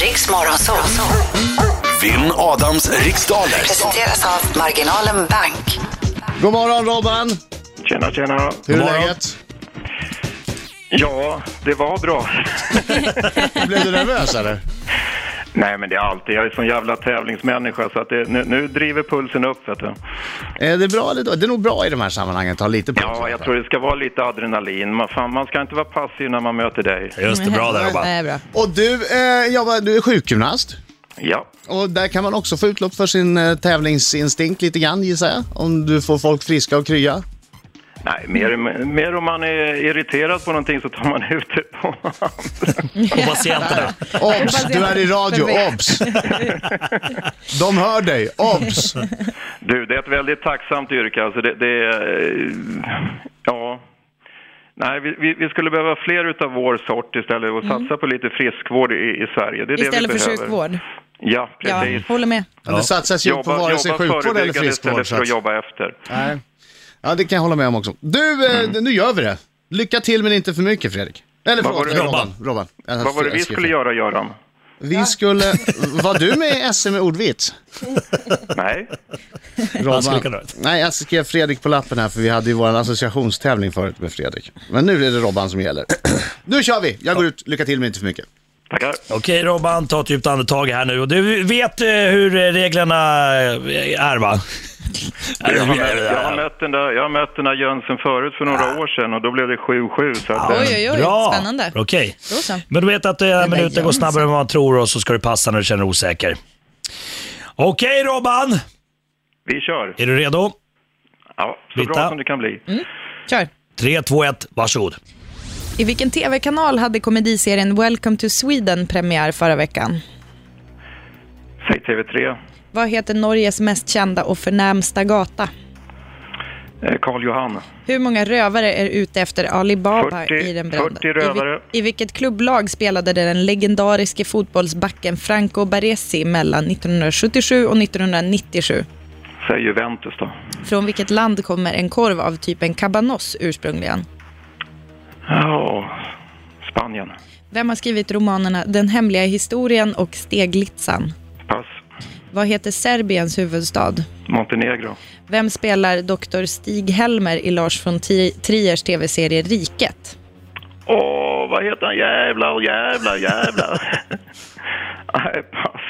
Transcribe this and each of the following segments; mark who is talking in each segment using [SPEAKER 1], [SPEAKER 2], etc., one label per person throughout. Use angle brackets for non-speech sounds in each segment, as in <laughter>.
[SPEAKER 1] Riks Morgonzoo.
[SPEAKER 2] Vinn Adams riksdaler.
[SPEAKER 1] Presenteras av Marginalen Bank.
[SPEAKER 3] God morgon Robban!
[SPEAKER 4] Tjena, tjena.
[SPEAKER 3] Hur
[SPEAKER 4] God
[SPEAKER 3] är
[SPEAKER 4] morgon.
[SPEAKER 3] läget?
[SPEAKER 4] Ja, det var bra.
[SPEAKER 3] Blev du nervös eller?
[SPEAKER 4] Nej, men det är alltid. Jag är sån jävla tävlingsmänniska så att det, nu, nu driver pulsen upp, vet du.
[SPEAKER 3] Är Eh, det bra eller då? Det är nog bra i de här sammanhangen att ta lite på
[SPEAKER 4] Ja, jag tror det ska vara lite adrenalin. Man, fan, man ska inte vara passiv när man möter dig.
[SPEAKER 5] Just det, bra där Robban.
[SPEAKER 6] Nej, bra.
[SPEAKER 3] Och du, eh, jobbar, du är sjukgymnast.
[SPEAKER 4] Ja,
[SPEAKER 3] Och där kan man också få utlopp för sin eh, tävlingsinstinkt lite grann gissar jag. Om du får folk friska och krya.
[SPEAKER 4] nej, mer, mer om man är irriterad på någonting så tar man ut det på
[SPEAKER 5] Och
[SPEAKER 6] <laughs>
[SPEAKER 5] patienterna.
[SPEAKER 3] Obs! Du är i radio,
[SPEAKER 6] Perfekt.
[SPEAKER 3] obs! De hör dig, obs!
[SPEAKER 4] Du, det är ett väldigt tacksamt yrke. Alltså det, det är... eh, Ja. Nej, vi- vi, vi skulle behöva fler utav vår sort istället och satsa på lite friskvård i, i Sverige. Det är det
[SPEAKER 6] Istället
[SPEAKER 4] vi
[SPEAKER 6] för
[SPEAKER 4] behöver.
[SPEAKER 6] sjukvård.
[SPEAKER 4] Ja,
[SPEAKER 6] Ja,
[SPEAKER 4] precis.
[SPEAKER 6] håller med.
[SPEAKER 3] Men Det satsas ju inte på vare sig sjukvård eller
[SPEAKER 4] förebyggande
[SPEAKER 3] friskvård.
[SPEAKER 4] istället
[SPEAKER 3] så
[SPEAKER 4] för att
[SPEAKER 3] att-
[SPEAKER 4] jobba efter.
[SPEAKER 3] Nej. Ja, det kan jag hålla med om också. Du, eh, nu gör vi det. Lycka till men inte för mycket Fredrik. Eller
[SPEAKER 4] Mm. Vad var
[SPEAKER 3] förlåt,
[SPEAKER 4] det-
[SPEAKER 3] Robban. Robban. Jag har
[SPEAKER 4] Vad var det vi
[SPEAKER 3] skrivit
[SPEAKER 4] skulle
[SPEAKER 3] fel.
[SPEAKER 4] göra, Göran?
[SPEAKER 3] Vi skulle... Var du med i SM i
[SPEAKER 4] <laughs>
[SPEAKER 3] ordvits?
[SPEAKER 4] Nej,
[SPEAKER 5] skulle
[SPEAKER 3] Robban.
[SPEAKER 5] kunna-
[SPEAKER 3] Nej, jag skrev Fredrik på lappen här för vi hade ju vår associationstävling förut med Fredrik. Men nu är det Robban som gäller. <clears throat> Nu kör vi! Jag går ut. Lycka till men inte för mycket.
[SPEAKER 4] tackar.
[SPEAKER 5] Okej Robban, ta ett djupt andetag här nu. Och Du vet eh, hur eh, reglerna eh,
[SPEAKER 4] <laughs>
[SPEAKER 5] är va?
[SPEAKER 4] Jag har, mött, jag, har mött den där, jag har mött den där Jönsen förut för några år sedan och då blev det 7-7. Så att, eh,
[SPEAKER 6] Oj, oj, oj.
[SPEAKER 5] Bra.
[SPEAKER 6] Spännande.
[SPEAKER 5] Okej.
[SPEAKER 6] Då så.
[SPEAKER 5] Men du vet att eh,
[SPEAKER 6] där
[SPEAKER 5] minuten
[SPEAKER 6] Jönsen.
[SPEAKER 5] går snabbare än vad man tror och så ska du passa när du känner dig osäker. Okej Robban,
[SPEAKER 4] vi kör.
[SPEAKER 5] är du redo?
[SPEAKER 4] Ja, så
[SPEAKER 5] Britta?
[SPEAKER 4] bra som det kan bli.
[SPEAKER 3] Mm.
[SPEAKER 6] Kör.
[SPEAKER 5] 3, 2, 1, varsågod.
[SPEAKER 6] I vilken tv-kanal hade komediserien Welcome to Sweden premiär förra veckan?
[SPEAKER 4] Säg TV3.
[SPEAKER 6] Vad heter Norges mest kända och förnämsta gata?
[SPEAKER 4] Eh, Karl Johan.
[SPEAKER 6] Hur många rövare är ute efter Alibaba
[SPEAKER 4] 40
[SPEAKER 6] i den branden?
[SPEAKER 4] 40 rövare.
[SPEAKER 6] I, vil- I vilket klubblag spelade den legendariske fotbollsbacken Franco Baresi mellan 1977 och 1997?
[SPEAKER 4] Säg Juventus då.
[SPEAKER 6] Från vilket land kommer en korv av typen cabanos ursprungligen?
[SPEAKER 4] Ja, Spanien.
[SPEAKER 6] Vem har skrivit romanerna Den hemliga historien och Steglitsan?
[SPEAKER 4] Pass.
[SPEAKER 6] Vad heter Serbiens huvudstad?
[SPEAKER 4] Montenegro.
[SPEAKER 6] Vem spelar Dr. Stig Helmer i Lars von Tri- Triers tv-serie Riket?
[SPEAKER 4] Åh, vad heter han? Jävlar,
[SPEAKER 3] <laughs>
[SPEAKER 4] jävlar, jävlar. Nej, pass.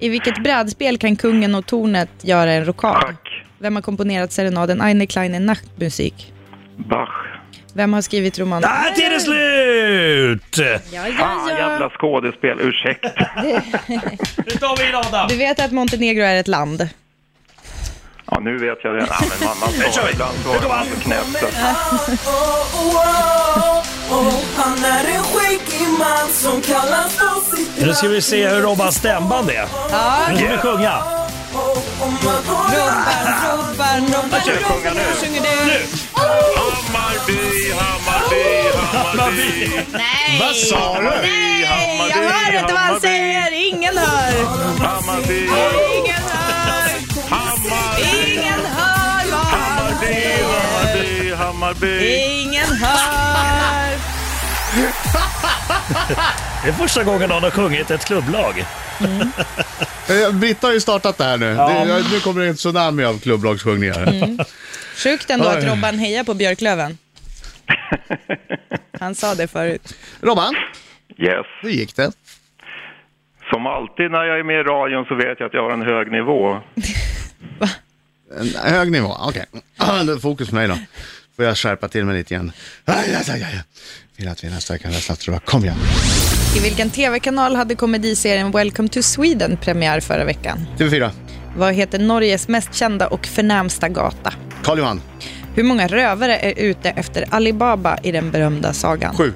[SPEAKER 6] I vilket brädspel kan kungen och tornet göra en rockad?
[SPEAKER 4] Schack.
[SPEAKER 6] Vem har komponerat serenaden Eine kleine Nachtmusik?
[SPEAKER 4] Bach.
[SPEAKER 6] Vem har skrivit romanen?
[SPEAKER 5] Där Äh, är det slut!
[SPEAKER 6] Ja,
[SPEAKER 4] Ah, jävla skådespel. Ursäkta.
[SPEAKER 5] Nu tar vi in Adam.
[SPEAKER 6] Du vet att Montenegro är ett land?
[SPEAKER 4] Ja, nu vet jag det. Ja, men man, man
[SPEAKER 6] <laughs>
[SPEAKER 5] kör vi.
[SPEAKER 4] svarar ibland svarar man på knäpp. så att-
[SPEAKER 7] Han är en skäggig man som kallas för sitt
[SPEAKER 5] Nu ska vi se hur Robbans stämband är. Nu ska vi sjunga.
[SPEAKER 6] Robban, Robban,
[SPEAKER 4] Ska jag sjunga nu?
[SPEAKER 6] sjunger du?
[SPEAKER 4] Hammarby, Hammarby, Hammarby.
[SPEAKER 3] Vad sa du?
[SPEAKER 4] Hammarby, Hammarby,
[SPEAKER 6] Jag hör inte vad han
[SPEAKER 4] Hammarby,
[SPEAKER 6] säger! Ingen hör!
[SPEAKER 4] Hammarby,
[SPEAKER 6] Ingen hör!
[SPEAKER 4] Hammarby,
[SPEAKER 6] Ingen hör vad han
[SPEAKER 4] Hammarby,
[SPEAKER 6] säger!
[SPEAKER 4] Hammarby, Hammarby.
[SPEAKER 6] Ingen hör!
[SPEAKER 5] Det är första gången någon har sjungit ett klubblag.
[SPEAKER 3] Eh, Britta har ju startat det här nu. Det, nu kommer det en tsunami av klubblagssjungningar.
[SPEAKER 6] Sjukt ändå att
[SPEAKER 3] Oj.
[SPEAKER 6] Robban hejar
[SPEAKER 4] <laughs>
[SPEAKER 6] på Björklöven. Han sa det förut.
[SPEAKER 3] Robban,
[SPEAKER 4] Yes.
[SPEAKER 3] hur gick det?
[SPEAKER 4] Som alltid när jag är med i radion så vet jag att jag har en hög nivå.
[SPEAKER 3] En hög nivå, okej. <clears throat> Okay. Nu är fokus på mig då. Får jag skärpa till mig lite igen. Aj, aj, aj, aj. Vill att vi nästa vecka nästa tror jag. Kom igen.
[SPEAKER 6] I vilken tv-kanal hade komediserien Welcome to Sweden premiär förra veckan?
[SPEAKER 3] TV4.
[SPEAKER 6] Vad heter Norges mest kända och förnämsta gata?
[SPEAKER 3] Karl Johan.
[SPEAKER 6] Hur många rövare är ute efter Alibaba i den berömda sagan?
[SPEAKER 3] Sju.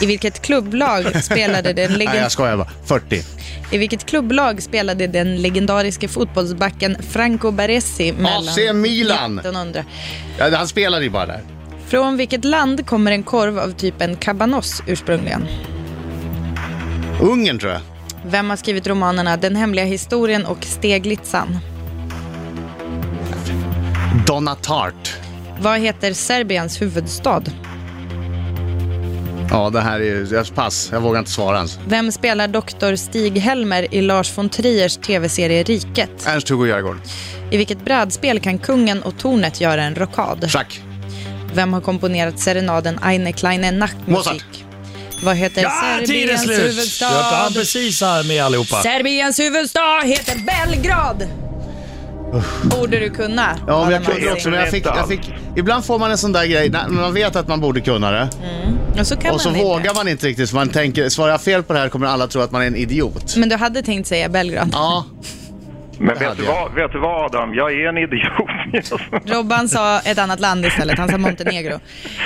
[SPEAKER 6] I vilket klubblag spelade den,
[SPEAKER 3] Nej,
[SPEAKER 6] legend-
[SPEAKER 3] jag skojar bara. 40.
[SPEAKER 6] I vilket klubblag spelade den legendariske fotbollsbacken Franco Baresi mellan...
[SPEAKER 3] AC Milan.
[SPEAKER 6] 1900?
[SPEAKER 3] Ja, han spelade ju bara där.
[SPEAKER 6] Från vilket land kommer en korv av typen cabanos ursprungligen?
[SPEAKER 3] Ungern tror jag.
[SPEAKER 6] Vem har skrivit romanerna Den hemliga historien och Steglitsan?
[SPEAKER 3] Donna Tart.
[SPEAKER 6] Vad heter Serbiens huvudstad?
[SPEAKER 3] Ja, det här är ju... jag- Pass, jag vågar inte svara ens.
[SPEAKER 6] Vem spelar doktor Stig-Helmer i Lars von Triers tv-serie Riket?
[SPEAKER 3] Ernst-Hugo Järegård.
[SPEAKER 6] I vilket brädspel kan kungen och tornet göra en rockad?
[SPEAKER 3] Schack.
[SPEAKER 6] Vem har komponerat serenaden Eine kleine
[SPEAKER 3] Mozart.
[SPEAKER 6] Nachtmusik? Vad heter
[SPEAKER 5] Ja, tiden är
[SPEAKER 6] Serbiens
[SPEAKER 5] slut! Jag
[SPEAKER 6] huvudstad?
[SPEAKER 5] hann precis här med allihopa.
[SPEAKER 6] Serbiens huvudstad heter Belgrad! Borde du kunna.
[SPEAKER 3] Ja, men
[SPEAKER 6] Adam
[SPEAKER 3] jag kunde
[SPEAKER 6] Alsing.
[SPEAKER 3] också, men jag fick, jag fick... Ibland får man en sån där grej när när man vet att man borde kunna det.
[SPEAKER 6] Och så, kan
[SPEAKER 3] Och så
[SPEAKER 6] man inte.
[SPEAKER 3] vågar man inte riktigt, så man tänker, svarar jag fel på det här kommer alla tro att man är en idiot.
[SPEAKER 6] Men du hade tänkt säga Belgrad.
[SPEAKER 3] Ja,
[SPEAKER 4] Men vet
[SPEAKER 3] hade
[SPEAKER 4] du,
[SPEAKER 3] jag.
[SPEAKER 4] vad, vet du vad Adam, jag är en idiot. <laughs>
[SPEAKER 6] Robban sa ett annat land istället, han sa Montenegro.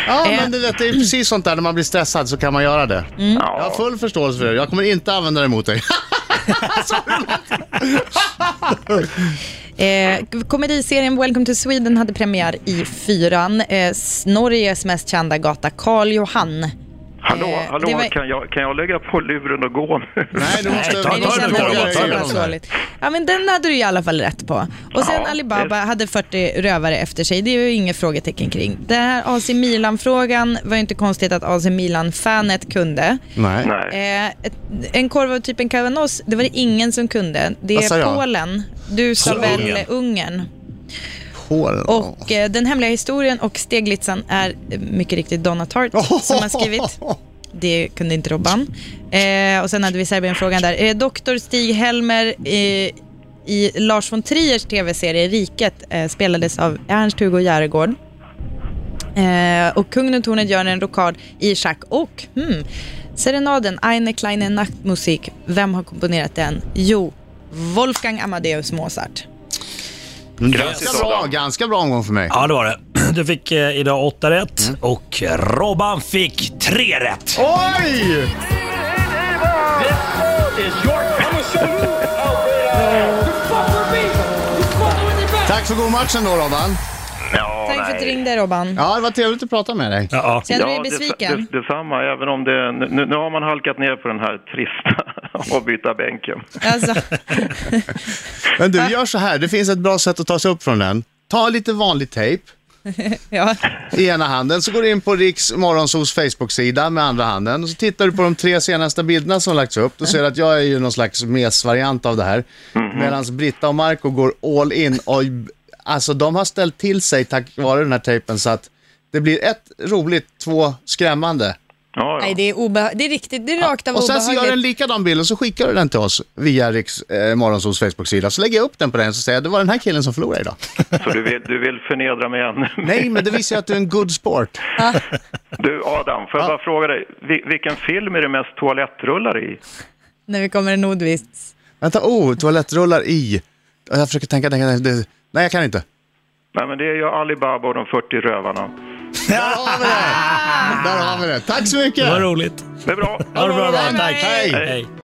[SPEAKER 3] ja
[SPEAKER 6] Eh. Mm.
[SPEAKER 3] men du vet, det är precis sånt där när man blir stressad så kan man göra det. Jag har full förståelse för det. Jag kommer inte använda det mot dig.
[SPEAKER 6] Eh, komediserien Welcome to Sweden hade premiär i fyran. Eh, s- Norges mest kända gata, Karl Johan.
[SPEAKER 4] Hallå,
[SPEAKER 6] Eh,
[SPEAKER 4] hallå
[SPEAKER 6] det var-
[SPEAKER 4] kan, jag, kan jag lägga på luren och gå nu?
[SPEAKER 3] <laughs> Nej, du måste...
[SPEAKER 5] Nej, ta-
[SPEAKER 6] Nej, det
[SPEAKER 5] ta den
[SPEAKER 6] kändes
[SPEAKER 5] nu, Robban,
[SPEAKER 6] inte
[SPEAKER 5] ta den
[SPEAKER 6] så
[SPEAKER 5] nu.
[SPEAKER 6] pass dåligt. Ja, men den hade du i alla fall rätt på. Och sen
[SPEAKER 4] Ja,
[SPEAKER 6] Alibaba hade 40 rövare efter sig. Det är ju inget frågetecken kring. Den här AC Milan-frågan var ju inte konstigt att AC Milan-fanet kunde.
[SPEAKER 3] Nej.
[SPEAKER 4] <laughs> Nej.
[SPEAKER 6] Eh, ett, en korv av typen Cavanos, det var det ingen som kunde. Det
[SPEAKER 3] Vad sa
[SPEAKER 6] är
[SPEAKER 3] jag?
[SPEAKER 6] Polen. Du sa
[SPEAKER 5] Polen.
[SPEAKER 6] väl Ungern.
[SPEAKER 3] Håren.
[SPEAKER 6] Och eh, Den hemliga historien och Steglitzan är eh, mycket riktigt Donna Tartt som har <laughs> skrivit. Det kunde inte Robban. Eh, och sen hade vi Serbien-frågan där. Eh, Doktor Stig-Helmer eh, i Lars von Triers tv-serie Riket eh, spelades av Ernst-Hugo Järegård. Eh, och Kungen och tornet gör en rockad i schack och hmm, serenaden Eine kleine Nachtmusik. Vem har komponerat den? Jo, Wolfgang Amadeus Mozart.
[SPEAKER 3] Ganska bra,
[SPEAKER 4] Adam.
[SPEAKER 3] ganska bra omgång för mig.
[SPEAKER 5] Ja, det var det. Du fick eh, idag åtta rätt och Robban fick tre rätt.
[SPEAKER 3] Oj! Tack för god match ändå Robban.
[SPEAKER 4] Ja,
[SPEAKER 6] Tack för att du ringde Robban.
[SPEAKER 3] Ja, det var trevligt att prata med dig.
[SPEAKER 5] Ja,
[SPEAKER 6] Känner du dig
[SPEAKER 4] Ja, det-
[SPEAKER 6] besviken?
[SPEAKER 4] Det, detsamma, även om det, nu, nu har man halkat ner på den här trista <laughs> avbytarbänken.
[SPEAKER 6] Alltså,
[SPEAKER 3] Men du, gör så här. Det finns ett bra sätt att ta sig upp från den. Ta lite vanlig tejp
[SPEAKER 6] ja.
[SPEAKER 3] i ena handen, så går du in på Riks Morgonzos Facebook-sida med andra handen. Och så tittar du på de tre senaste bilderna som har lagts upp. Då ser du att jag är ju någon slags mesvariant av det här. Medan Britta och Marco går all in. Och, alltså, de har ställt till sig tack vare den här tejpen så att det blir ett roligt, två skrämmande.
[SPEAKER 4] Ja,
[SPEAKER 6] Nej,
[SPEAKER 4] ja.
[SPEAKER 6] det är, obeha- det är riktigt, det är rakt av
[SPEAKER 3] Och sen så
[SPEAKER 6] obehagligt.
[SPEAKER 3] gör du en likadan bild och så skickar du den till oss via Riks eh, Morgonzos Facebook-sida. Så lägger jag upp den på den och säger jag, det var den här killen som förlorade idag.
[SPEAKER 4] Så du vill, du vill förnedra mig ännu mer.
[SPEAKER 3] <laughs> Nej, men det visar ju att du är en good sport.
[SPEAKER 4] Du Adam, får jag bara fråga dig, vi- vilken film är det mest toalettrullar i?
[SPEAKER 6] När vi kommer en ordvits.
[SPEAKER 3] Vänta, oh, toalettrullar i. Ja, Jag försöker tänka, tänka, tänka. Det, nej, jag kan inte.
[SPEAKER 4] Nej men det är ju Alibaba och de 40 rövarna.
[SPEAKER 3] Där har vi det! Där har vi det. Tack så mycket!
[SPEAKER 5] det var roligt.
[SPEAKER 4] Det är bra.
[SPEAKER 5] Ha det bra,
[SPEAKER 3] Robban.
[SPEAKER 5] Robban. Tack.
[SPEAKER 3] Hej.
[SPEAKER 5] Hej.